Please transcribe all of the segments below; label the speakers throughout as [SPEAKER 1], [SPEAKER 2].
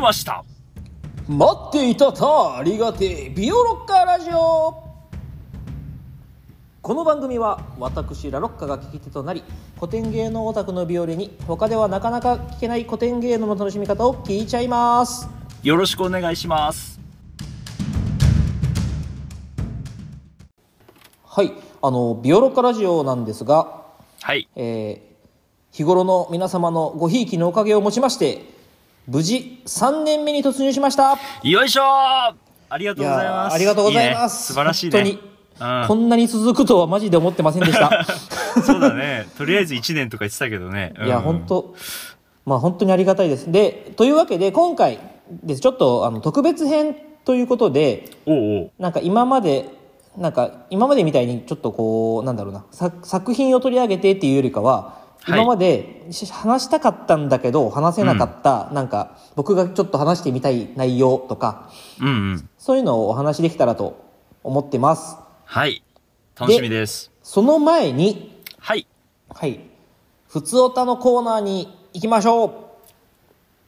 [SPEAKER 1] ました
[SPEAKER 2] 待っていたたありがてえビオロッカーラジオこの番組は私ラロッカが聞き手となり古典芸能オタクのビオレに他ではなかなか聞けない古典芸能の楽しみ方を聞いちゃいます
[SPEAKER 1] よろしくお願いします
[SPEAKER 2] はいあのビオロッカラジオなんですが、
[SPEAKER 1] はい
[SPEAKER 2] えー日頃の皆様のごひいきのおかげをもちまして無事3年目に突入しました
[SPEAKER 1] よいしょーありがとうござい
[SPEAKER 2] や
[SPEAKER 1] ま
[SPEAKER 2] ー
[SPEAKER 1] す
[SPEAKER 2] ありがとうございます
[SPEAKER 1] ね素晴らしいね
[SPEAKER 2] 本当に、こんなに続くとはマジで思ってませんでした
[SPEAKER 1] うん、 そうだねとりあえず1年とか言ってたけどね、
[SPEAKER 2] いや
[SPEAKER 1] うん
[SPEAKER 2] 本当まあ本当にありがたいですでというわけで今回ですちょっとあの特別編ということで
[SPEAKER 1] おうおう
[SPEAKER 2] なんか今までなんか今までみたいにちょっとこうなんだろうな作作品を取り上げてっていうよりかは
[SPEAKER 1] はい
[SPEAKER 2] 今までし話したかったんだけど話せなかった、なんか僕がちょっと話してみたい内容とか
[SPEAKER 1] うんうん
[SPEAKER 2] そういうのをお話しできたらと思ってます
[SPEAKER 1] はい楽しみです
[SPEAKER 2] その前に
[SPEAKER 1] はい
[SPEAKER 2] はいふつおたのコーナーに行きましょう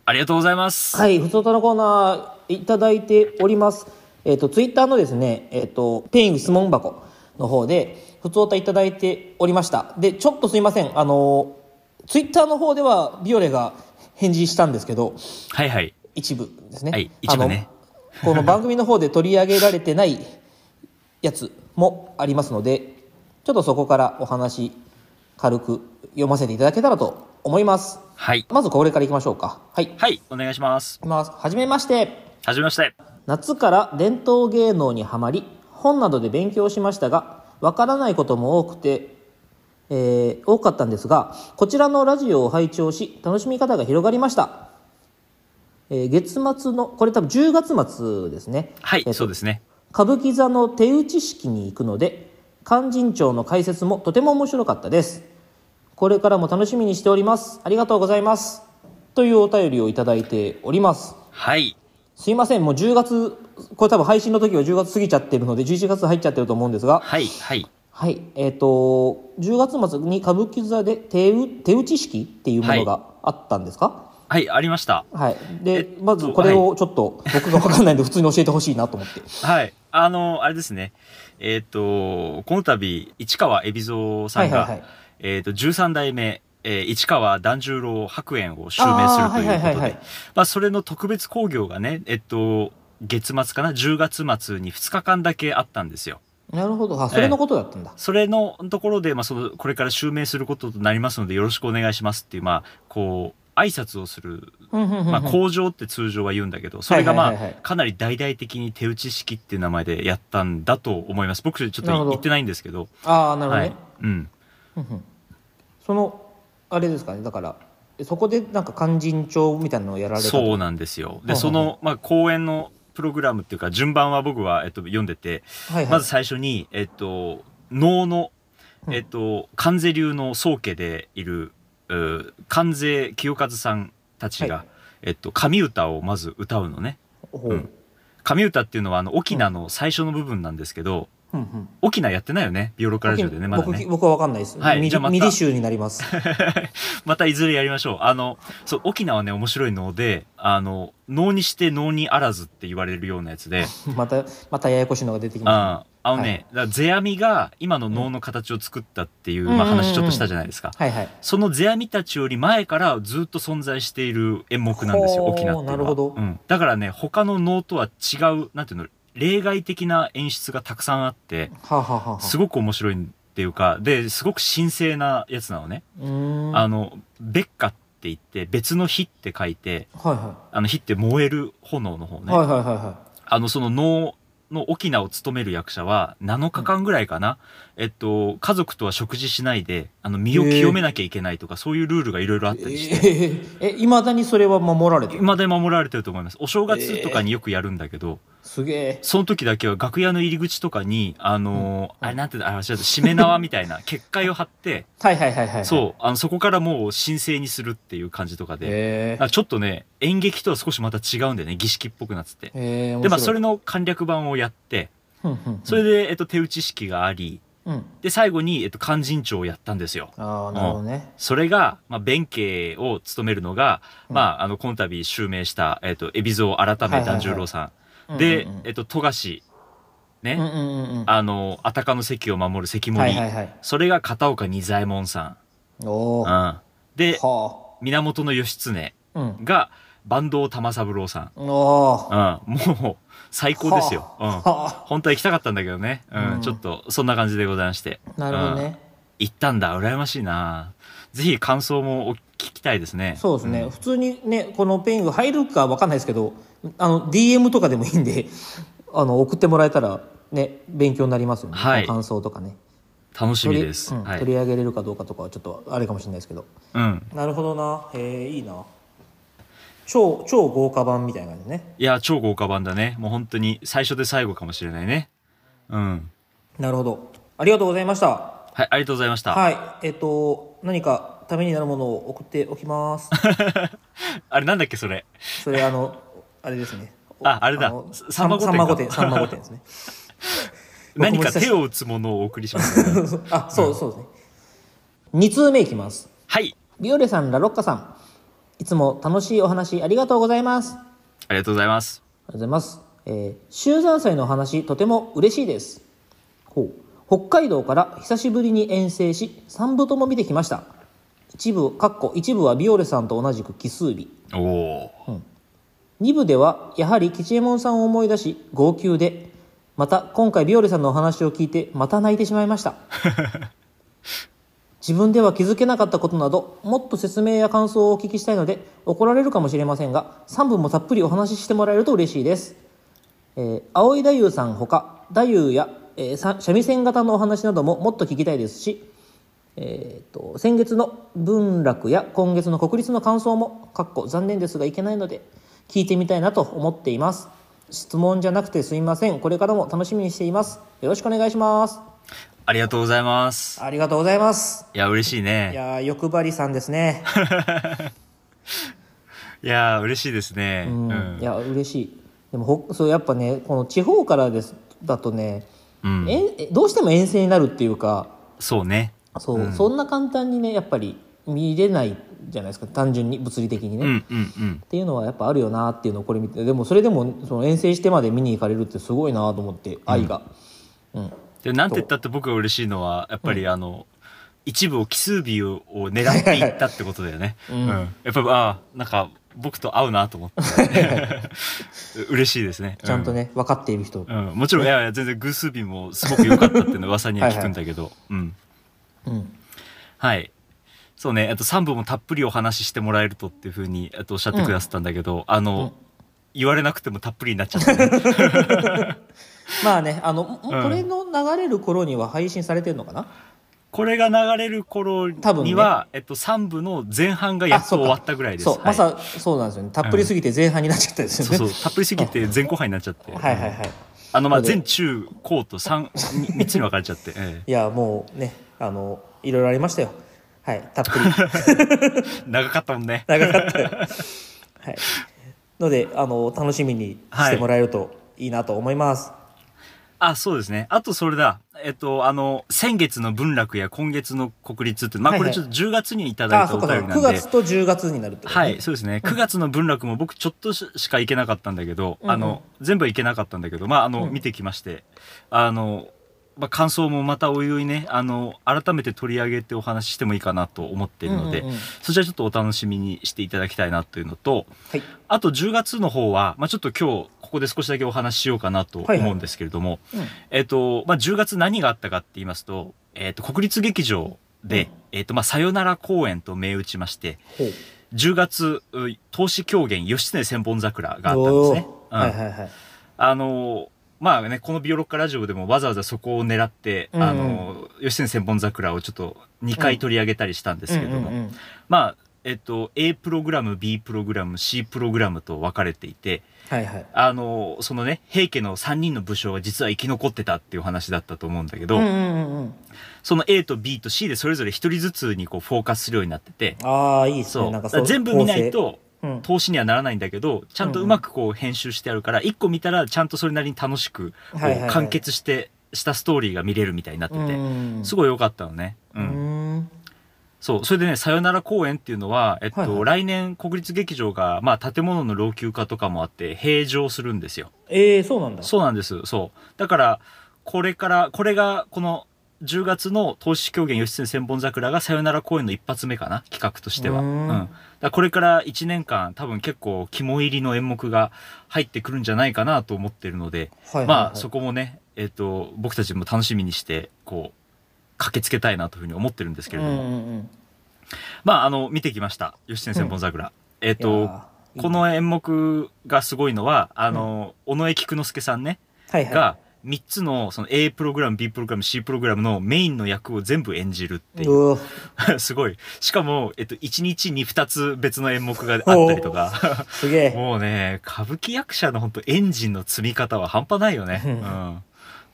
[SPEAKER 1] ありがとうございます
[SPEAKER 2] はい、ふつおたのコーナーいただいております。えっ、と、ツイッターのですね、えっ、と、ペイング質問箱の方で、ふつおたいただいておりました。で、ちょっとすいません、あの、ツイッターの方では、ビオレが返事したんですけど、
[SPEAKER 1] はいはい
[SPEAKER 2] 一部ですね。
[SPEAKER 1] はい一部ね
[SPEAKER 2] あの。この番組の方で取り上げられてないやつもありますので、ちょっとそこからお話、軽く読ませていただけたらと思います。
[SPEAKER 1] はい
[SPEAKER 2] まずこれからいきましょうか。はい。
[SPEAKER 1] はいお願いします
[SPEAKER 2] いきます。はじめまして。
[SPEAKER 1] はじめまして
[SPEAKER 2] 夏から伝統芸能にはまり本などで勉強しましたがわからないことも多くて、えー多かったんですがこちらのラジオを拝聴し楽しみ方が広がりました、えー月末のこれ多分10月末ですね
[SPEAKER 1] はい
[SPEAKER 2] えー
[SPEAKER 1] そうですね
[SPEAKER 2] 歌舞伎座の手打ち式に行くので勧進帳の解説もとても面白かったですこれからも楽しみにしておりますありがとうございますというお便りをいただいております
[SPEAKER 1] はい
[SPEAKER 2] すいません、もう10月、これ多分配信の時は10月過ぎちゃってるので、11月入っちゃってると思うんですが、
[SPEAKER 1] はいはい
[SPEAKER 2] はい、えっ、と、10月末に歌舞伎座で手打手打ち式っていうものがあったんですか
[SPEAKER 1] はいありました
[SPEAKER 2] はい。
[SPEAKER 1] え
[SPEAKER 2] で
[SPEAKER 1] っ、と
[SPEAKER 2] まずこれをちょっと僕がわかんないんで、普通に教えてほしいなと思って。
[SPEAKER 1] はい。あの、あれですね。えっ、と、この度、市川海老蔵さんが、
[SPEAKER 2] はいはいはい
[SPEAKER 1] えっ、と、13代目、えー市川團十郎白猿を襲名するという
[SPEAKER 2] あーはいは
[SPEAKER 1] こ
[SPEAKER 2] い
[SPEAKER 1] と
[SPEAKER 2] はいは
[SPEAKER 1] で
[SPEAKER 2] い、
[SPEAKER 1] まあ、それの特別興行がね、えっ、と、月末かな、10月末に2日間だけあったんですよ。
[SPEAKER 2] なるほど。あ、それのことだったんだ。
[SPEAKER 1] それのところで、まあ、その、これから襲名することとなりますので、よろしくお願いしますっていう、まあ、こう、挨拶をする
[SPEAKER 2] うんうんうんうん
[SPEAKER 1] まあ、工場って通常は言うんだけど、それがま
[SPEAKER 2] はいはいはい
[SPEAKER 1] あ
[SPEAKER 2] は、
[SPEAKER 1] かなり大々的に手打ち式っていう名前でやったんだと思います。僕、ちょっと
[SPEAKER 2] なるほど
[SPEAKER 1] 言ってないんですけど。
[SPEAKER 2] ああ、なるほど
[SPEAKER 1] は
[SPEAKER 2] ね。
[SPEAKER 1] い。うん。
[SPEAKER 2] その、あれですかね、だから、そこでなんか勧進帳みたいなのをやられたと
[SPEAKER 1] そうなんですよ。
[SPEAKER 2] は
[SPEAKER 1] で、
[SPEAKER 2] い
[SPEAKER 1] その、まあ、公演のプログラムっていうか、順番は僕は、えっと、読んでて、
[SPEAKER 2] はいはい、
[SPEAKER 1] まず最初に、えっと、能の、
[SPEAKER 2] うん
[SPEAKER 1] えっと、関西流の宗家でいる、う関西清和さんたち
[SPEAKER 2] は
[SPEAKER 1] が、えっと、神歌をまず歌うのね。
[SPEAKER 2] ほう、
[SPEAKER 1] うん神歌っていうのは、あの、沖縄の最初の部分なんですけど、
[SPEAKER 2] うんうん
[SPEAKER 1] 沖縄やってないよねビオロカラジオでねまだ
[SPEAKER 2] 僕き
[SPEAKER 1] ね
[SPEAKER 2] 僕はわかんないです、
[SPEAKER 1] はい
[SPEAKER 2] ミ
[SPEAKER 1] じゃあ
[SPEAKER 2] リ
[SPEAKER 1] また
[SPEAKER 2] ミリ州になります
[SPEAKER 1] またいずれやりましょうあのそう沖縄ね面白いのであの能にして能にあらずって言われるようなやつで、
[SPEAKER 2] またまたややこしいのが出てきま
[SPEAKER 1] ああのね、
[SPEAKER 2] はい
[SPEAKER 1] だから世阿弥が今の能の形を作ったっていう、
[SPEAKER 2] うん
[SPEAKER 1] まあ、
[SPEAKER 2] うんうんうん
[SPEAKER 1] 話ちょっとしたじゃないですか、
[SPEAKER 2] すはいはい
[SPEAKER 1] その世阿弥たちより前からずっと存在している演目なんですよ
[SPEAKER 2] ほう
[SPEAKER 1] 沖縄っていう
[SPEAKER 2] なる
[SPEAKER 1] の
[SPEAKER 2] ほ
[SPEAKER 1] は
[SPEAKER 2] ど
[SPEAKER 1] うん、だからね他の能とは違うなんていうの例外的な演出がたくさんあって
[SPEAKER 2] はあ、はあはあ、
[SPEAKER 1] すごく面白いっていうかですごく神聖なやつなのね
[SPEAKER 2] うーん
[SPEAKER 1] あの、別火って言って、別の火って書いて、
[SPEAKER 2] はいは
[SPEAKER 1] あの火って燃える炎の方
[SPEAKER 2] い、
[SPEAKER 1] ね。
[SPEAKER 2] はいはいはいは
[SPEAKER 1] あの、その能の沖縄を務める役者は、7日間ぐらいかな、えっと、家族とは食事しないで、あの、身を清めなきゃいけないとか、そういうルールがいろいろあっ
[SPEAKER 2] い
[SPEAKER 1] たりして、
[SPEAKER 2] えいまだにそれは守られてる
[SPEAKER 1] 今で守られてると思います。お正月とかによくやるんだけど、
[SPEAKER 2] すげえ
[SPEAKER 1] その時だけは楽屋の入り口とかに、あのーあれなんて、あ、違う、締め縄みたいな、結界を張って、
[SPEAKER 2] はいはいはいはい
[SPEAKER 1] そう、あの、そこからもう神聖にするっていう感じとかで、
[SPEAKER 2] へえ
[SPEAKER 1] あちょっとね演劇とは少しまた違うんだよね儀式っぽくなってて
[SPEAKER 2] へえ面白い
[SPEAKER 1] でまあそれの簡略版をやって
[SPEAKER 2] ふんふんふん
[SPEAKER 1] それで、えっと、手打ち式があり
[SPEAKER 2] うん
[SPEAKER 1] で最後に、えっと、勧進帳をやったんですよ。
[SPEAKER 2] ああなるほどね
[SPEAKER 1] それが、まあ、弁慶を務めるのが、まあ、あの、今度襲名した、えっ、と、海老蔵改
[SPEAKER 2] はいはい
[SPEAKER 1] め
[SPEAKER 2] はい
[SPEAKER 1] 團十郎さん。
[SPEAKER 2] う
[SPEAKER 1] で
[SPEAKER 2] んうんうん、
[SPEAKER 1] えっ、と、富樫、ね、
[SPEAKER 2] うんうんうんうんは
[SPEAKER 1] あの、あたかの関を守る関
[SPEAKER 2] い
[SPEAKER 1] 森、
[SPEAKER 2] はいはい
[SPEAKER 1] それが片岡仁左衛門さ
[SPEAKER 2] お
[SPEAKER 1] ん。
[SPEAKER 2] おは
[SPEAKER 1] うん。で、
[SPEAKER 2] あ
[SPEAKER 1] 源義経
[SPEAKER 2] うん
[SPEAKER 1] が、坂東玉三郎さん。
[SPEAKER 2] おお
[SPEAKER 1] うん。もう、最高ですよ。うん。
[SPEAKER 2] は
[SPEAKER 1] 本当は行きたかったんだけどね。うん。
[SPEAKER 2] うん
[SPEAKER 1] ちょっと、そんな感じでございまして。
[SPEAKER 2] あなるほど
[SPEAKER 1] うん
[SPEAKER 2] ね
[SPEAKER 1] 行ったんだ。羨ましいな。ぜひ感想もお聞きたいですね。
[SPEAKER 2] そうですね、普通にねこのペイング入るかわかんないですけどあの DM とかでもいいんで あの送ってもらえたらね勉強になりますよね、
[SPEAKER 1] はい
[SPEAKER 2] 感想とかね
[SPEAKER 1] 楽しみ
[SPEAKER 2] 取り,、
[SPEAKER 1] です。
[SPEAKER 2] うん
[SPEAKER 1] はい。
[SPEAKER 2] 取り上げれるかどうかとかはちょっとあれかもしれないですけど
[SPEAKER 1] うん。
[SPEAKER 2] なるほどなへえいいな超超豪華版みたいな感じね
[SPEAKER 1] いや、超豪華版だね。もう本当に最初で最後かもしれないね。うん。
[SPEAKER 2] なるほどありがとうございました
[SPEAKER 1] はい、ありがとうございました。
[SPEAKER 2] はいえっ、と何かためになるものを送っておきます
[SPEAKER 1] あれなんだっけ、それ。
[SPEAKER 2] それあのあれですね
[SPEAKER 1] ああれだ
[SPEAKER 2] の
[SPEAKER 1] さ
[SPEAKER 2] さんま
[SPEAKER 1] さんま
[SPEAKER 2] 御
[SPEAKER 1] 御殿
[SPEAKER 2] 殿
[SPEAKER 1] か
[SPEAKER 2] さんま御殿ですね僕も
[SPEAKER 1] 何
[SPEAKER 2] 久
[SPEAKER 1] か
[SPEAKER 2] し
[SPEAKER 1] 手を打つものをお送りし ます、ね。
[SPEAKER 2] あそう、そうですね2通目いきます
[SPEAKER 1] はい。
[SPEAKER 2] ビオレさんラロッカさんいつも楽しいお話ありがとうございますあり
[SPEAKER 1] ありがとうございます。
[SPEAKER 2] がとうございます、えー、修山祭のお話とても嬉しいですほう北海道から久しぶりに遠征し3部とも見てきました一部かっこ一部はビオレさんと同じく奇数日
[SPEAKER 1] おお。
[SPEAKER 2] 2部ではやはり吉右衛門さんを思い出し号泣でまた今回ビオレさんのお話を聞いてまた泣いてしまいました自分では気づけなかったことなどもっと説明や感想をお聞きしたいので怒られるかもしれませんが3部もたっぷりお話ししてもらえると嬉しいです、えー、青井太夫さんほか太夫や、えーさ三味線型のお話などももっと聞きたいですしえー、と先月の文楽や今月の国立の感想もかっこ残念ですがいけないので聞いてみたいなと思っています質問じゃなくてすみませんこれからも楽しみにしていますよろしくお願いします
[SPEAKER 1] ありがとうございます。
[SPEAKER 2] ありがとうございます
[SPEAKER 1] いや、嬉しいね。
[SPEAKER 2] いやー欲張りさんですね、
[SPEAKER 1] いやー嬉しいですね。
[SPEAKER 2] う
[SPEAKER 1] うんん。
[SPEAKER 2] いや嬉しいでもほそうやっぱねこの地方からですだとね、
[SPEAKER 1] うん
[SPEAKER 2] えんえどうしても遠征になるっていうか
[SPEAKER 1] そうね。
[SPEAKER 2] そう、そんな簡単にねやっぱり見れないじゃないですか単純に物理的にね、
[SPEAKER 1] うんうんうん
[SPEAKER 2] っ。ていうのはやっぱあるよなっていうのをこれ見てでもそれでもその遠征してまで見に行かれるってすごいなと思って愛が、うん
[SPEAKER 1] で、なんて言ったって僕が嬉しいのは、やっぱりあの、一部を奇数日をを狙っていったってことだよね。 うん。やっぱり、ああ、なんか、僕と合うなと思って。 嬉しいですね。
[SPEAKER 2] ちゃんとね、分かっている人、
[SPEAKER 1] うん。うん。もちろん、いやいや、全然偶数日もすごく良かったっていうのは噂には聞くんだけど。うん。
[SPEAKER 2] うん
[SPEAKER 1] はい。そうね、あと3部もたっぷりお話ししてもらえるとっていうふうにえっとおっしゃってくださったんだけど、あの、言われなくてもたっぷりになっちゃったね、
[SPEAKER 2] まあねあの、も
[SPEAKER 1] うん
[SPEAKER 2] これの流れる頃には配信されてるのかな
[SPEAKER 1] これが流れる頃に
[SPEAKER 2] 多分ね
[SPEAKER 1] は、えっと、3部の前半がやっと終わったぐらいです。
[SPEAKER 2] そう、
[SPEAKER 1] はい
[SPEAKER 2] まさそうなんですよねたっぷりすぎて前半になっちゃったですよ
[SPEAKER 1] そう
[SPEAKER 2] ね、
[SPEAKER 1] そう、たっぷりすぎて前後半になっちゃって。
[SPEAKER 2] はいはいはい
[SPEAKER 1] あの、まあ、
[SPEAKER 2] そうで
[SPEAKER 1] 前中高と3、3つに分かれちゃって。ええ
[SPEAKER 2] いやもうねあのいろいろありましたよはいたっぷり
[SPEAKER 1] 長かったもんね。
[SPEAKER 2] 長かったよはいのであの楽しみにしてもらえるといいなと思います、
[SPEAKER 1] あ、そうですね。あとそれだ。えっと、あの、先月の文楽や今月の国立って、まあ、
[SPEAKER 2] はい
[SPEAKER 1] こ
[SPEAKER 2] はい
[SPEAKER 1] れちょっと10月にいただ
[SPEAKER 2] あ
[SPEAKER 1] いた
[SPEAKER 2] そ
[SPEAKER 1] お
[SPEAKER 2] っか
[SPEAKER 1] 便り
[SPEAKER 2] そっ
[SPEAKER 1] なん
[SPEAKER 2] か
[SPEAKER 1] で。
[SPEAKER 2] 9月と10月になるってことね
[SPEAKER 1] はい、そうですね。9月の文楽も僕ちょっとししか行けなかったんだけど、あの、全部は行けなかったんだけど、まあ、あの、見てきまして、あの、まあ、感想もまたおいおいね、あの、改めて取り上げてお話ししてもいいかなと思っているので、
[SPEAKER 2] うんうんうん
[SPEAKER 1] そちらちょっとお楽しみにしていただきたいなというのと、
[SPEAKER 2] はい
[SPEAKER 1] あと10月の方は、まあ、ちょっと今日、ここで少しだけお話ししようかなと
[SPEAKER 2] はいはい
[SPEAKER 1] 思うんですけれども、
[SPEAKER 2] うん
[SPEAKER 1] えっと、まあ、10月何があったかって言いますと、えっと、国立劇場で、えっと、まあ、さよなら公演と銘打ちまして、
[SPEAKER 2] ほう
[SPEAKER 1] 10月、う投資狂言、義経千本桜があったんですね。
[SPEAKER 2] お
[SPEAKER 1] う
[SPEAKER 2] ー
[SPEAKER 1] ん
[SPEAKER 2] はいはいはい。
[SPEAKER 1] あのーまあね、このビオロッカラジオでもわざわざそこを狙って、
[SPEAKER 2] うんうん
[SPEAKER 1] あのー義経千本桜をちょっと2回取り上げたりしたんですけれども、
[SPEAKER 2] うんうんうん
[SPEAKER 1] まあ、えっと、A プログラム、B プログラム、C プログラムと分かれていて、
[SPEAKER 2] はいはい。
[SPEAKER 1] あのーそのね、平家の3人の武将は実は生き残ってたっていう話だったと思うんだけど、
[SPEAKER 2] うんうんうんうん。
[SPEAKER 1] その A と B と C でそれぞれ1人ずつにこうフォーカスするようになってて、
[SPEAKER 2] ああ、いいです
[SPEAKER 1] そ
[SPEAKER 2] ね。
[SPEAKER 1] う。
[SPEAKER 2] なんか
[SPEAKER 1] だ
[SPEAKER 2] そ
[SPEAKER 1] か
[SPEAKER 2] う
[SPEAKER 1] ら全部見ない。と
[SPEAKER 2] 構成うん、
[SPEAKER 1] 投資にはならないんだけど、ちゃんとうまくこう編集してあるから、一個見たらちゃんとそれなりに楽しく、こ
[SPEAKER 2] はいはいはいう
[SPEAKER 1] 完結して、したストーリーが見れるみたいになってて、
[SPEAKER 2] うん
[SPEAKER 1] すごい良かったのね。う
[SPEAKER 2] うんん
[SPEAKER 1] そう。それでね、さよなら公演っていうのは、えっと、
[SPEAKER 2] はいはい
[SPEAKER 1] 来年国立劇場が、まあ、建物の老朽化とかもあって、閉場するんですよ。
[SPEAKER 2] えー、そうなんだ
[SPEAKER 1] そうなんです。そう。だから、これから、これが、この、10月の投資狂言義経千本桜がさよなら公演の一発目かな企画としては。
[SPEAKER 2] う
[SPEAKER 1] うんん。だからこれから1年間多分結構肝入りの演目が入ってくるんじゃないかなと思ってるので、
[SPEAKER 2] はいはいはい
[SPEAKER 1] まあそこもね、えっ、と、僕たちも楽しみにして、こう、駆けつけたいなというふうに思ってるんですけ
[SPEAKER 2] うん
[SPEAKER 1] れ
[SPEAKER 2] う
[SPEAKER 1] ども。
[SPEAKER 2] んうん
[SPEAKER 1] まあ、あの、見てきました。吉天千本桜。えっ、
[SPEAKER 2] い
[SPEAKER 1] と
[SPEAKER 2] やーいいね、
[SPEAKER 1] この演目がすごいのは、あの、尾上菊之助さんね、
[SPEAKER 2] はいはい
[SPEAKER 1] が、3つのその A プログラム、B プログラム、C プログラムのメインの役を全部演じるっていう。
[SPEAKER 2] うわ
[SPEAKER 1] すごい。しかも、えっと、1日に2つ別の演目があったりとか。
[SPEAKER 2] すげえ
[SPEAKER 1] もうね、歌舞伎役者の本当エンジンの積み方は半端ないよね。
[SPEAKER 2] う
[SPEAKER 1] うんん。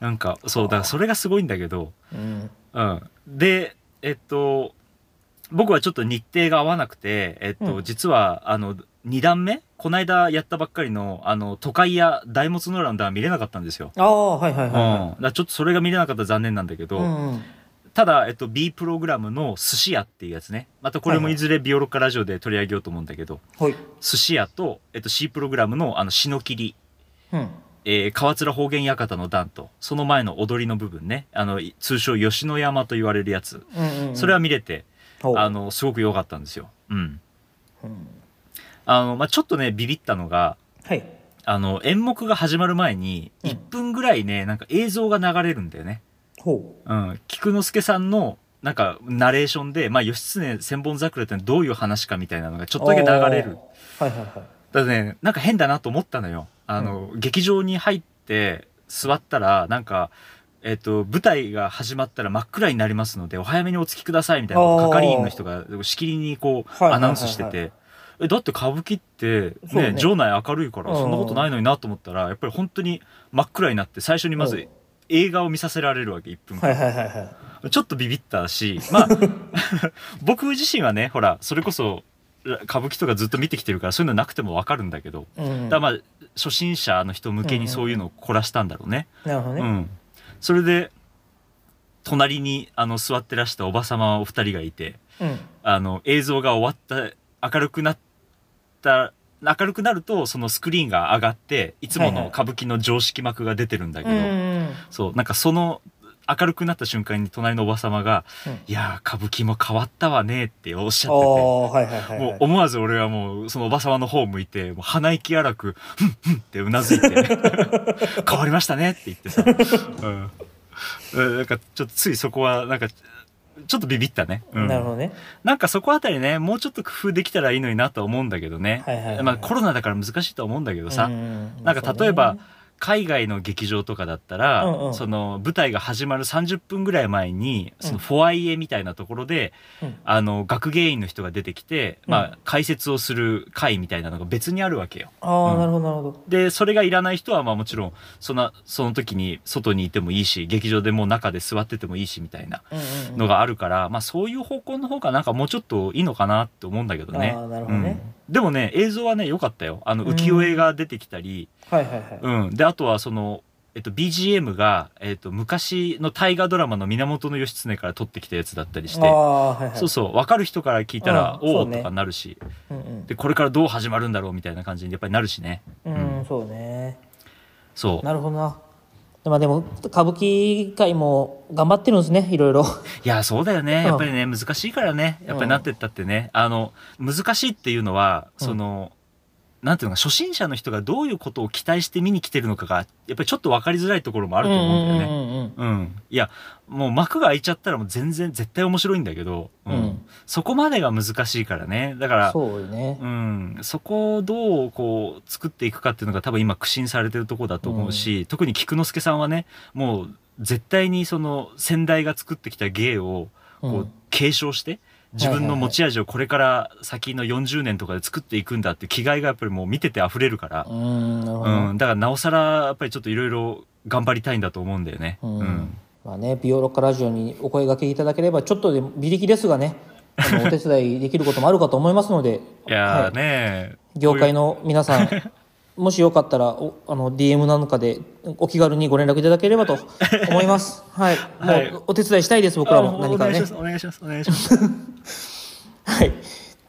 [SPEAKER 1] なんか、そう、だからそれがすごいんだけど、
[SPEAKER 2] うん
[SPEAKER 1] うん、でえっと僕はちょっと日程が合わなくて、えっと
[SPEAKER 2] うん
[SPEAKER 1] 実はあの2段目この間やったばっかりのあの都会や大物のランダー見れなかったんですよ。
[SPEAKER 2] ああはいはい
[SPEAKER 1] うん、
[SPEAKER 2] はい
[SPEAKER 1] だ
[SPEAKER 2] は
[SPEAKER 1] からちょっとそれが見れなかったら残念なんだけ
[SPEAKER 2] い
[SPEAKER 1] ど、
[SPEAKER 2] うんうん
[SPEAKER 1] ただ、えっと、B プログラムの寿司屋っていうやつねまたこれ
[SPEAKER 2] はい
[SPEAKER 1] も
[SPEAKER 2] はい
[SPEAKER 1] いずれビオロッカラジオで取り上げようと思うんだけど、
[SPEAKER 2] はい
[SPEAKER 1] 寿司屋と、えっと、C プログラムの「あの篠切
[SPEAKER 2] うん
[SPEAKER 1] えー、河津方言館の段とその前の踊りの部分ねあのい通称吉野山と言われるやつ、
[SPEAKER 2] うんうん
[SPEAKER 1] それは見れて、
[SPEAKER 2] ほう
[SPEAKER 1] あのすごく良かったんですよ。うん、
[SPEAKER 2] うん
[SPEAKER 1] あのまあ、ちょっとねビビったのが
[SPEAKER 2] はい
[SPEAKER 1] あの演目が始まる前に
[SPEAKER 2] うん
[SPEAKER 1] 1分ぐらいね、なんか映像が流れるんだよね。
[SPEAKER 2] ほう
[SPEAKER 1] うん、菊之助さんのなんかナレーションで「まあ、義経千本桜」ってどういう話かみたいなのがちょっとだけ流れる。
[SPEAKER 2] あーはいはいはい
[SPEAKER 1] だからねなんか変だなと思ったのよ。あの、劇場に入って座ったらなんかえっと、舞台が始まったら真っ暗になりますのでお早めにお着きくださいみたいなこと
[SPEAKER 2] あー
[SPEAKER 1] を係員の人がしきりにこう
[SPEAKER 2] はいはいはいはい
[SPEAKER 1] アナウンスしててえだって歌舞伎って、
[SPEAKER 2] そうね
[SPEAKER 1] ね場内明るいから
[SPEAKER 2] うん
[SPEAKER 1] そんなことないのになと思ったらやっぱり本当に真っ暗になって最初にま
[SPEAKER 2] うん
[SPEAKER 1] ず映画を見させられるわけ1分間
[SPEAKER 2] はいはいはいはい
[SPEAKER 1] ちょっとビビったし、まあ、 僕自身はね、ほら、それこそ、ら歌舞伎とかずっと見てきてるから、そういうのなくてもわかるんだけど、
[SPEAKER 2] うん
[SPEAKER 1] だからまあ、初心者の人向けにそういうのを凝らしたんだろうね。
[SPEAKER 2] なるほど
[SPEAKER 1] うん。
[SPEAKER 2] ね
[SPEAKER 1] それで、隣にあの座ってらしたおば様お二人がいて、
[SPEAKER 2] うん
[SPEAKER 1] あの、映像が終わった、明るくなった、明るくなると、そのスクリーンが上がって、いつもの歌舞伎の常識幕が出てるんだけ
[SPEAKER 2] う
[SPEAKER 1] ど、
[SPEAKER 2] んうん
[SPEAKER 1] そう、なんかその、明るくなった瞬間に隣のおば様が、
[SPEAKER 2] うん
[SPEAKER 1] いやー、歌舞伎も変わったわねっておっしゃ
[SPEAKER 2] あ
[SPEAKER 1] って
[SPEAKER 2] あはいはいは
[SPEAKER 1] て、
[SPEAKER 2] い
[SPEAKER 1] も
[SPEAKER 2] は
[SPEAKER 1] う
[SPEAKER 2] い
[SPEAKER 1] 思わず俺はもうそのおば様の方を向いて、もう鼻息荒く、ふんふんってうなずいて、 変わりましたねって言ってさ、うんうん。なんかちょっとついそこは、なんか、ちょっとビビったね。うん
[SPEAKER 2] なるほどね
[SPEAKER 1] なんかそこあたりね、もうちょっと工夫できたらいいのになとは思うんだけどね。
[SPEAKER 2] はいはいはいはい
[SPEAKER 1] まあコロナだから難しいとは思うんだけどさ、
[SPEAKER 2] うん
[SPEAKER 1] なんか例えば、海外の劇場とかだったら、
[SPEAKER 2] うんうん
[SPEAKER 1] その舞台が始まる30分ぐらい前に
[SPEAKER 2] うん
[SPEAKER 1] そのフォワイエみたいなところで、
[SPEAKER 2] うん
[SPEAKER 1] あの学芸員の人が出てきて、
[SPEAKER 2] うん
[SPEAKER 1] まあ、解説をする会みたいなのが別にあるわけよ。
[SPEAKER 2] ああ
[SPEAKER 1] うん
[SPEAKER 2] なるほどなるほど
[SPEAKER 1] でそれがいらない人はまあもちろんそんなその時に外にいてもいいし劇場でもう中で座っててもいいしみたいな
[SPEAKER 2] うんうんうん
[SPEAKER 1] のがあるから、まあ、そういう方向の方がなんかもうちょっといいのかなって思うんだけどね。
[SPEAKER 2] あーなるほどね
[SPEAKER 1] うんでもね映像はね良かったよ。あの浮世絵が出てきたり、
[SPEAKER 2] はいはいはい
[SPEAKER 1] うん、であとはその、えっと、BGM が、えっと、昔の大河ドラマの「源義経」から撮ってきたやつだったりし
[SPEAKER 2] あ
[SPEAKER 1] て。
[SPEAKER 2] あはいはい
[SPEAKER 1] そうそう分かる人から聞いたら「
[SPEAKER 2] うん
[SPEAKER 1] お
[SPEAKER 2] そ
[SPEAKER 1] お」
[SPEAKER 2] うね
[SPEAKER 1] とかなるし、
[SPEAKER 2] うんうん
[SPEAKER 1] でこれからどう始まるんだろうみたいな感じにやっぱりなるしね
[SPEAKER 2] うん、そうね
[SPEAKER 1] そう
[SPEAKER 2] なるほどなまあでも歌舞伎界も頑張ってるんですねいろいろ
[SPEAKER 1] いやそうだよ
[SPEAKER 2] ん
[SPEAKER 1] ねやっぱりね難しいからねやっぱりなってったってね、あの難しいっていうのは
[SPEAKER 2] うん
[SPEAKER 1] その、なんていうのか初心者の人がどういうことを期待して見に来てるのかがやっぱりちょっと分かりづらいところもあ
[SPEAKER 2] あ
[SPEAKER 1] ると思うんだよね。
[SPEAKER 2] うんうんうん
[SPEAKER 1] うん、いやもう幕が開いちゃったらもう全然絶対面白いんだけど、うん
[SPEAKER 2] うん
[SPEAKER 1] そこまでが難しいからねだからう、
[SPEAKER 2] そうよね
[SPEAKER 1] ん、そこをどうこう作っていくかっていうのが多分今苦心されてるところだと思うし、特に菊之助さんはねもう絶対にその先代が作ってきた芸をこう、
[SPEAKER 2] うん
[SPEAKER 1] 継承して自分の持ち味をこれから先の40年とかで作っていくんだっていう気概がやっぱりもう見てて溢れるから
[SPEAKER 2] う、んなるほど
[SPEAKER 1] うん、だからなおさらやっぱりちょっといろいろ頑張りたいんだと思うんだよね。
[SPEAKER 2] うん
[SPEAKER 1] うん
[SPEAKER 2] まあね、ビオロッカラジオにお声掛けいただければちょっとでも微力ですがねあのお手 伝いできることもあるかと思いますので
[SPEAKER 1] いや
[SPEAKER 2] は
[SPEAKER 1] ーね
[SPEAKER 2] 業界
[SPEAKER 1] の
[SPEAKER 2] の皆さんもしよかったらおあの DM なんかでお気軽にご連絡いただければと思います はい、
[SPEAKER 1] はい
[SPEAKER 2] もうお手伝いしたいです僕らも
[SPEAKER 1] あお
[SPEAKER 2] 何か
[SPEAKER 1] 願いし
[SPEAKER 2] ね
[SPEAKER 1] ますお願いしますお願いします
[SPEAKER 2] はい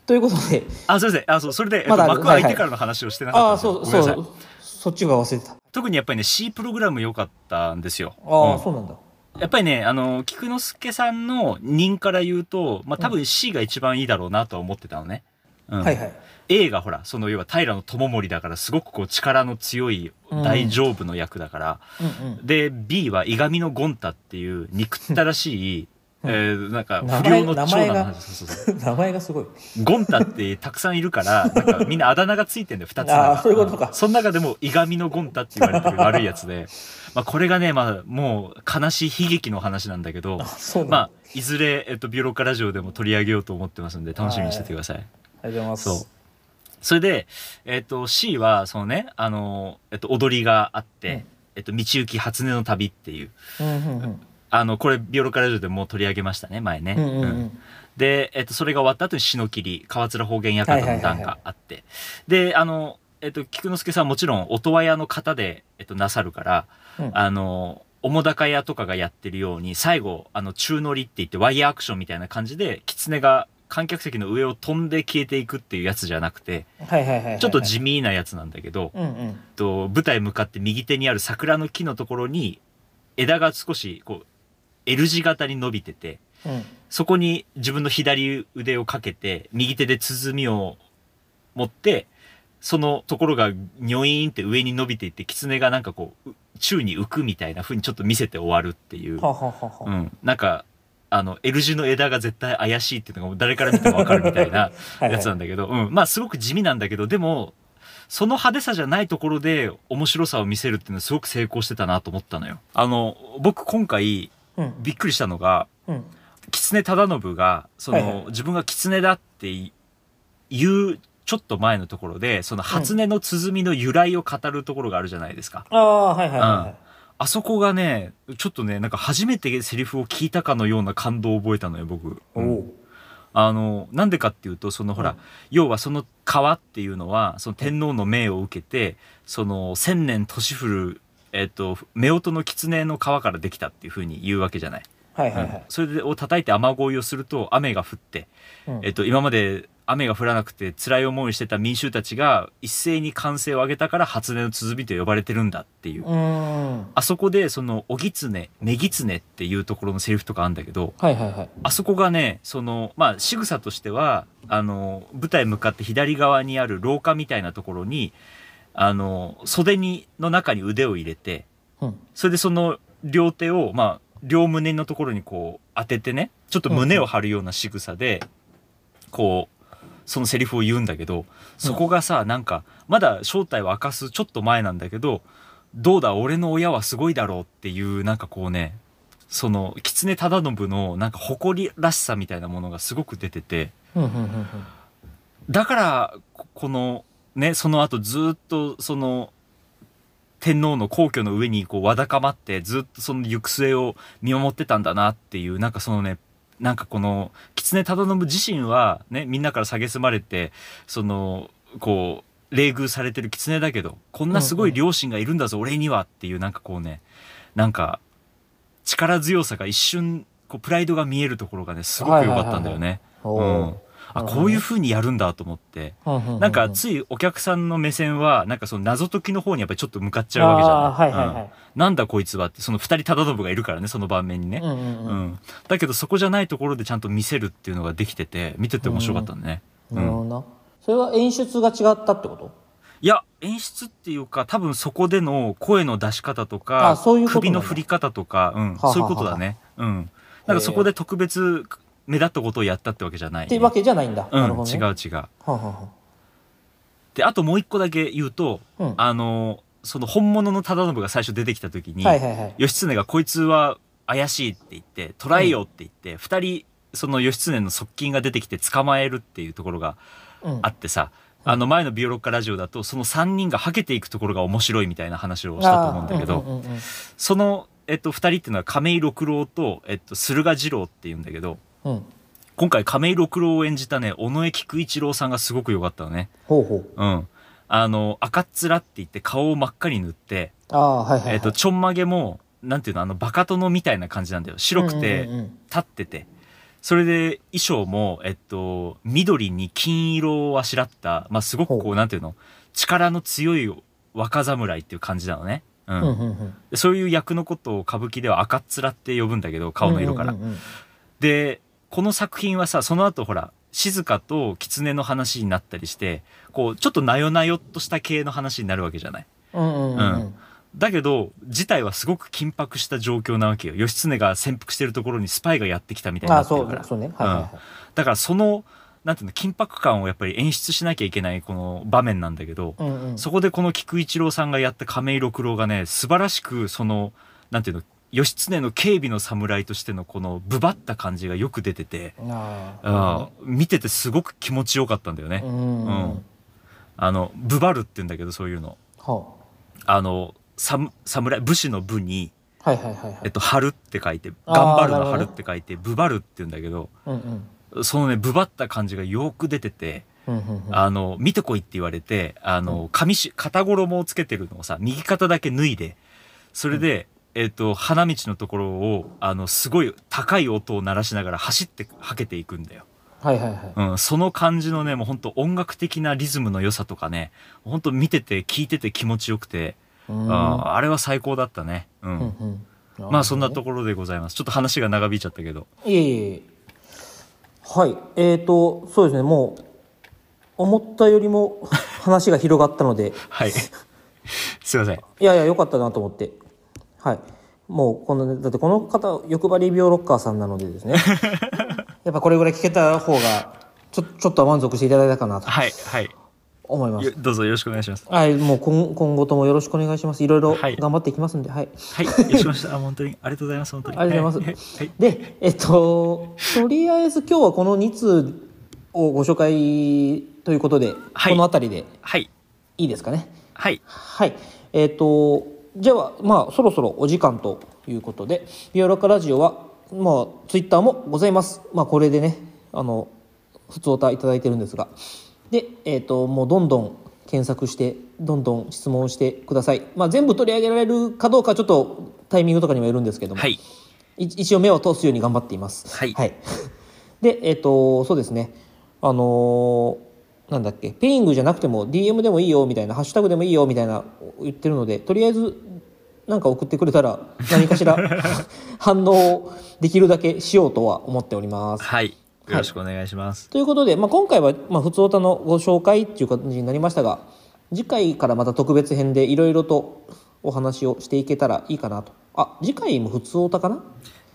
[SPEAKER 2] ということで
[SPEAKER 1] あすいませんあそうそれで、えっ
[SPEAKER 2] ま
[SPEAKER 1] と、
[SPEAKER 2] だある
[SPEAKER 1] 幕開いてからの話をしてな
[SPEAKER 2] あ
[SPEAKER 1] か
[SPEAKER 2] あ
[SPEAKER 1] ったん
[SPEAKER 2] そ
[SPEAKER 1] で
[SPEAKER 2] う
[SPEAKER 1] すよごめんなさ
[SPEAKER 2] そ
[SPEAKER 1] いう
[SPEAKER 2] そっちが忘れてた
[SPEAKER 1] 特にやっぱりね C プログラム良かったんですよ
[SPEAKER 2] ああ、
[SPEAKER 1] うん
[SPEAKER 2] そうなんだ
[SPEAKER 1] やっぱりね、あの、菊之助さんの人から言うと、まあ、多分 C が一番いいだろうなとは思ってたのね。うん
[SPEAKER 2] はい はい。
[SPEAKER 1] A がほら、その要は平野智盛だから、すごくこう力の強い大丈夫の役だから。
[SPEAKER 2] うんうん。
[SPEAKER 1] で、B は、イガミのゴンタっていう憎ったらしい、えー、なんか、
[SPEAKER 2] 名前
[SPEAKER 1] 不良の長
[SPEAKER 2] 名
[SPEAKER 1] 男
[SPEAKER 2] 前
[SPEAKER 1] の
[SPEAKER 2] が
[SPEAKER 1] 話。そうそうそ
[SPEAKER 2] 名前がすごい。
[SPEAKER 1] うゴンタってたくさんいる から、なんかみんなあだ名がついてんだよ、二つな
[SPEAKER 2] あ
[SPEAKER 1] ら。
[SPEAKER 2] あ、そういうことか。
[SPEAKER 1] その中でも、いがみのゴンタって言われてる悪いやつ で、まあこれがね、まあもう悲しい悲劇の話なんだけど、
[SPEAKER 2] そうなんだ。
[SPEAKER 1] まあ、いずれ、えっと、ビオロッカラジオでも取り上げようと思ってますんで、楽しみにしててください。
[SPEAKER 2] ありがとうございま
[SPEAKER 1] そ
[SPEAKER 2] す。
[SPEAKER 1] それで、えっと、C は、そのね、あの、えっと、踊りがあって、
[SPEAKER 2] うん
[SPEAKER 1] えっと、道行き初音の旅っていう、
[SPEAKER 2] うんうんうん。
[SPEAKER 1] あの、これ、ビオロッカラジオでも取り上げましたね、前ね。
[SPEAKER 2] うんうんう
[SPEAKER 1] うん
[SPEAKER 2] ん。
[SPEAKER 1] で、えっと、それが終わった後に篠切川面方言館の段があって、であの、えっと、菊之助さんはもちろん音羽屋の方で、えっと、なさるから、
[SPEAKER 2] うん
[SPEAKER 1] あの澤高屋とかがやってるように最後あの宙乗りって言ってワイヤーアクションみたいな感じで狐が観客席の上を飛んで消えていくっていうやつじゃなくて
[SPEAKER 2] はいはいはいはい。
[SPEAKER 1] ちょっと地味なやつなんだけど、
[SPEAKER 2] うんうん。
[SPEAKER 1] えっと舞台向かって右手にある桜の木のところに枝が少しこう L 字型に伸びてて。
[SPEAKER 2] うん。
[SPEAKER 1] そこに自分の左腕をかけて、右手で鼓を持って、そのところがニョイーンって上に伸びていって、狐がなんかこう、う宙に浮くみたいな風にちょっと見せて終わるっていう
[SPEAKER 2] は。あはあはあ
[SPEAKER 1] う
[SPEAKER 2] は
[SPEAKER 1] ん。なんか、あの、L 字の枝が絶対怪しいっていうのが誰から見てもわかるみたいな
[SPEAKER 2] あ。 はい
[SPEAKER 1] やつなんだけど、うん。まあすごく地味なんだけど、でも、その派手さじゃないところで面白さを見せるっていうのはすごく成功してたなと思ったのよ。あの、僕今回
[SPEAKER 2] うん
[SPEAKER 1] びっくりしたのが、
[SPEAKER 2] うん。
[SPEAKER 1] 狐忠信がその、
[SPEAKER 2] はいはい
[SPEAKER 1] 自分が狐だってい言うちょっと前のところでその初音の鼓の由来を語るところがあるじゃないですか、
[SPEAKER 2] ああ、はいはいは
[SPEAKER 1] あそこがねちょっとねなんか初めてセリフを聞いたかのような感動を覚えたのよ僕、
[SPEAKER 2] いはい。
[SPEAKER 1] うんあのなんでかっていうとそのほら、
[SPEAKER 2] うん
[SPEAKER 1] 要はその川っていうのはその天皇の命を受けてその千年年降るえっと夫婦の狐の川からできたっていうふうに言うわけじゃない、
[SPEAKER 2] はいはいはい。
[SPEAKER 1] それを叩いて雨乞いをすると雨が降って
[SPEAKER 2] うん
[SPEAKER 1] えっと、今まで雨が降らなくて辛い思いをしてた民衆たちが一斉に歓声を上げたから初音の鼓と呼ばれてるんだっていう、
[SPEAKER 2] うーん。は
[SPEAKER 1] あそこでその「おぎつね」「めぎつね」っていうところのセリフとかあるんだけど
[SPEAKER 2] いはいはい。
[SPEAKER 1] あそこがねそのまあ仕草としてはあの舞台向かって左側にある廊下みたいなところにあの袖にの中に腕を入れて
[SPEAKER 2] うん。
[SPEAKER 1] それでその両手を、まあ、両胸のところにこう当ててね、ちょっと胸を張るような仕草で、こう、そのセリフを言うんだけど、そこがさ、なんか、まだ正体を明かすちょっと前なんだけど、どうだ、俺の親はすごいだろうっていう、なんかこうね、その、狐忠信のなんか誇りらしさみたいなものがすごく出てて、
[SPEAKER 2] うんうんうんうん。
[SPEAKER 1] だからここのねその後ずっとその天皇の皇居の上にこうわだかまってずっとその行く末を見守ってたんだなっていうなんかそのねなんかこの狐忠信自身はねみんなから蔑まれてそのこう冷遇されてる狐だけどこんなすごい両親がいるんだぞ、俺にはっていうなんかこうねなんか力強さが一瞬こうプライドが見えるところがねすごく良かったんだよね。
[SPEAKER 2] お
[SPEAKER 1] うんあ
[SPEAKER 2] ー、なるほどね
[SPEAKER 1] こういう風にやるんだと思って
[SPEAKER 2] ううう
[SPEAKER 1] なんかついお客さんの目線はなんかその謎解きの方にやっぱりちょっと向かっちゃうわけじゃない、
[SPEAKER 2] あーはいはいは
[SPEAKER 1] うん
[SPEAKER 2] い。
[SPEAKER 1] なんだこいつはってその二人忠信がいるからねその盤面に
[SPEAKER 2] う
[SPEAKER 1] ね、
[SPEAKER 2] んうん
[SPEAKER 1] うん
[SPEAKER 2] うん。
[SPEAKER 1] だけどそこじゃないところでちゃんと見せるっていうのができてて見てて面白かったね、うん
[SPEAKER 2] なるほどな。それは演出が違ったってこと
[SPEAKER 1] いや演出っていうか多分そこでの声の出し方とか
[SPEAKER 2] あそういうことなんだ
[SPEAKER 1] 首の振り方とか、うん、
[SPEAKER 2] はあ
[SPEAKER 1] そういうことだね、うん、なんかそこで特別目立ったことをやったってわけじゃない、
[SPEAKER 2] ってわけじゃないんだ。
[SPEAKER 1] うん、
[SPEAKER 2] なるほど、ね。
[SPEAKER 1] 違
[SPEAKER 2] は
[SPEAKER 1] う違う
[SPEAKER 2] あはあは
[SPEAKER 1] であともう一個だけ言うと、
[SPEAKER 2] うん
[SPEAKER 1] あのその本物の忠信が最初出てきた時に、
[SPEAKER 2] あはいはいはい。
[SPEAKER 1] 義経が「こいつは怪しい」って言って「捕らえよ」って言って、二人その義経の側近が出てきて捕まえるっていうところが
[SPEAKER 2] うん
[SPEAKER 1] あってさ、あの前の「ビオロッカラジオ」だとその3人がはけていくところが面白いみたいな話をしたと思うんだけど、
[SPEAKER 2] あーうんうんうんうん
[SPEAKER 1] その、えっと、2人っていうのは亀井六郎と、えっと、駿河二郎っていうんだけど
[SPEAKER 2] うん。
[SPEAKER 1] 今回亀井六郎を演じたね尾上菊一郎さんがすごく良かったのね。
[SPEAKER 2] ほうほう。
[SPEAKER 1] うん。あの赤っ面って言って顔を真っ赤に塗って、
[SPEAKER 2] ああはいはいはい、
[SPEAKER 1] えっとちょんまげもなんていうのあのバカ殿みたいな感じなんだよ白くて、
[SPEAKER 2] うんうんうん
[SPEAKER 1] 立っててそれで衣装も、えっと、緑に金色をあしらった、まあ、すごく
[SPEAKER 2] ほ
[SPEAKER 1] こうなんていうの力の強い若侍っていう感じなのね、うん
[SPEAKER 2] うんうんうん
[SPEAKER 1] でそういう役のことを歌舞伎では赤っ面って呼ぶんだけど顔の色から。
[SPEAKER 2] うんうんうんうん
[SPEAKER 1] でこの作品はさその後ほら静香と狐の話になったりしてこうちょっとなよなよっとした系の話になるわけじゃない。
[SPEAKER 2] うんうんうんうん
[SPEAKER 1] だけど事態はすごく緊迫した状況なわけよ義経が潜伏してるところにスパイがやってきたみたいに
[SPEAKER 2] あ
[SPEAKER 1] な
[SPEAKER 2] あ
[SPEAKER 1] って
[SPEAKER 2] そ
[SPEAKER 1] るから
[SPEAKER 2] うそうねはいはいはい
[SPEAKER 1] だからそのなんていうの緊迫感をやっぱり演出しなきゃいけないこの場面なんだけど、
[SPEAKER 2] うんうん
[SPEAKER 1] そこでこの菊一郎さんがやった亀井六郎がね素晴らしくそのなんていうの義経の警備の侍としてのこのぶばった感じがよく出てて、
[SPEAKER 2] あ
[SPEAKER 1] あ
[SPEAKER 2] あ
[SPEAKER 1] ー見ててすごく気持ちよかったんだよね。
[SPEAKER 2] うんうんうん
[SPEAKER 1] あのぶばるって言うんだけどそういうの。
[SPEAKER 2] は
[SPEAKER 1] あの侍侍武士の武に、
[SPEAKER 2] あはいはいはいは
[SPEAKER 1] えっ
[SPEAKER 2] い
[SPEAKER 1] と、春って書いて
[SPEAKER 2] あー
[SPEAKER 1] 頑張る
[SPEAKER 2] な
[SPEAKER 1] の
[SPEAKER 2] るほどね
[SPEAKER 1] 春って書いてぶばるって言うんだけど
[SPEAKER 2] うんうん
[SPEAKER 1] そのねぶばった感じがよく出てて。
[SPEAKER 2] うんうんうん
[SPEAKER 1] あの、見てこいって言われて、あの、紙し、肩衣をつけてるのをさ、右肩だけ脱いで、それで、えっ、と、花道のところを、あの、すごい高い音を鳴らしながら走って、はけていくんだよ。
[SPEAKER 2] はいはいはい
[SPEAKER 1] うん、その感じのね、もう本当音楽的なリズムの良さとかね、本当見てて、聞いてて気持ちよくて、
[SPEAKER 2] うん
[SPEAKER 1] あーあれは最高だったね。うん。
[SPEAKER 2] うんうん
[SPEAKER 1] まあそんなところでございます。ちょっと話が長引いちゃったけど。
[SPEAKER 2] いえいえいえはいえー、とそうですねもう思ったよりも 話が広がったので
[SPEAKER 1] はい。すいません。
[SPEAKER 2] いやいや良かったなと思ってはいもうこのだってこの方欲張り病ロッカーさんなのでで すねやっぱこれぐらい聞けた方がちょちょっとは満足していただいたかなと
[SPEAKER 1] はい、はい。
[SPEAKER 2] 思いま
[SPEAKER 1] よ
[SPEAKER 2] す
[SPEAKER 1] どうぞよろしくお願いします。
[SPEAKER 2] はいもう今今後ともよろしくお願いしますいろいろ
[SPEAKER 1] はい
[SPEAKER 2] 頑張っていきますんではい
[SPEAKER 1] はい、よろしくお願いします。あ本当にありがとうございます。本当に
[SPEAKER 2] ありがとうございま
[SPEAKER 1] ます。はい、
[SPEAKER 2] でえっととりあえず今日はこの2通をご紹介ということで、
[SPEAKER 1] はい
[SPEAKER 2] この辺りで
[SPEAKER 1] はい、
[SPEAKER 2] いいですかね
[SPEAKER 1] はい、
[SPEAKER 2] はいえっとじゃあまあそろそろお時間ということで「ビオラカラジオは」まあツイッターもございますまあこれでねあの普通おたいただいてるんですがでえっともうどんどん検索してどんどん質問してください、まあ、全部取り上げられるかどうかちょっとタイミングとかにもよるんですけども、
[SPEAKER 1] はい、
[SPEAKER 2] い一応目を通すように頑張ってい ます。
[SPEAKER 1] はい
[SPEAKER 2] で、えっ、と、そうですね。あのーなんだっけ、ペイングじゃなくても DM でもいいよみたいな、ハッシュタグでもいいよみたいな言ってるので、とりあえず、なんか送ってくれたら何か しら反応できるだけしようとは思っております。
[SPEAKER 1] はい、よろしくお願いします。
[SPEAKER 2] ということで、まあ、今回は、まあ、普通歌のご紹介っていう感じになりましたが、次回からまた特別編でいろいろとお話をしていけたらいいかなと。あ、次回も普通歌かな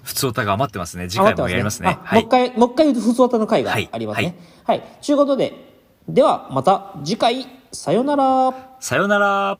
[SPEAKER 1] 普通歌が余ってますね。次回もやりますね。
[SPEAKER 2] あ
[SPEAKER 1] はい、
[SPEAKER 2] もう一回、もう一回、普通たの回がありますね。はい。と、い、うことで、ではまた次回、さよなら。
[SPEAKER 1] さようなら。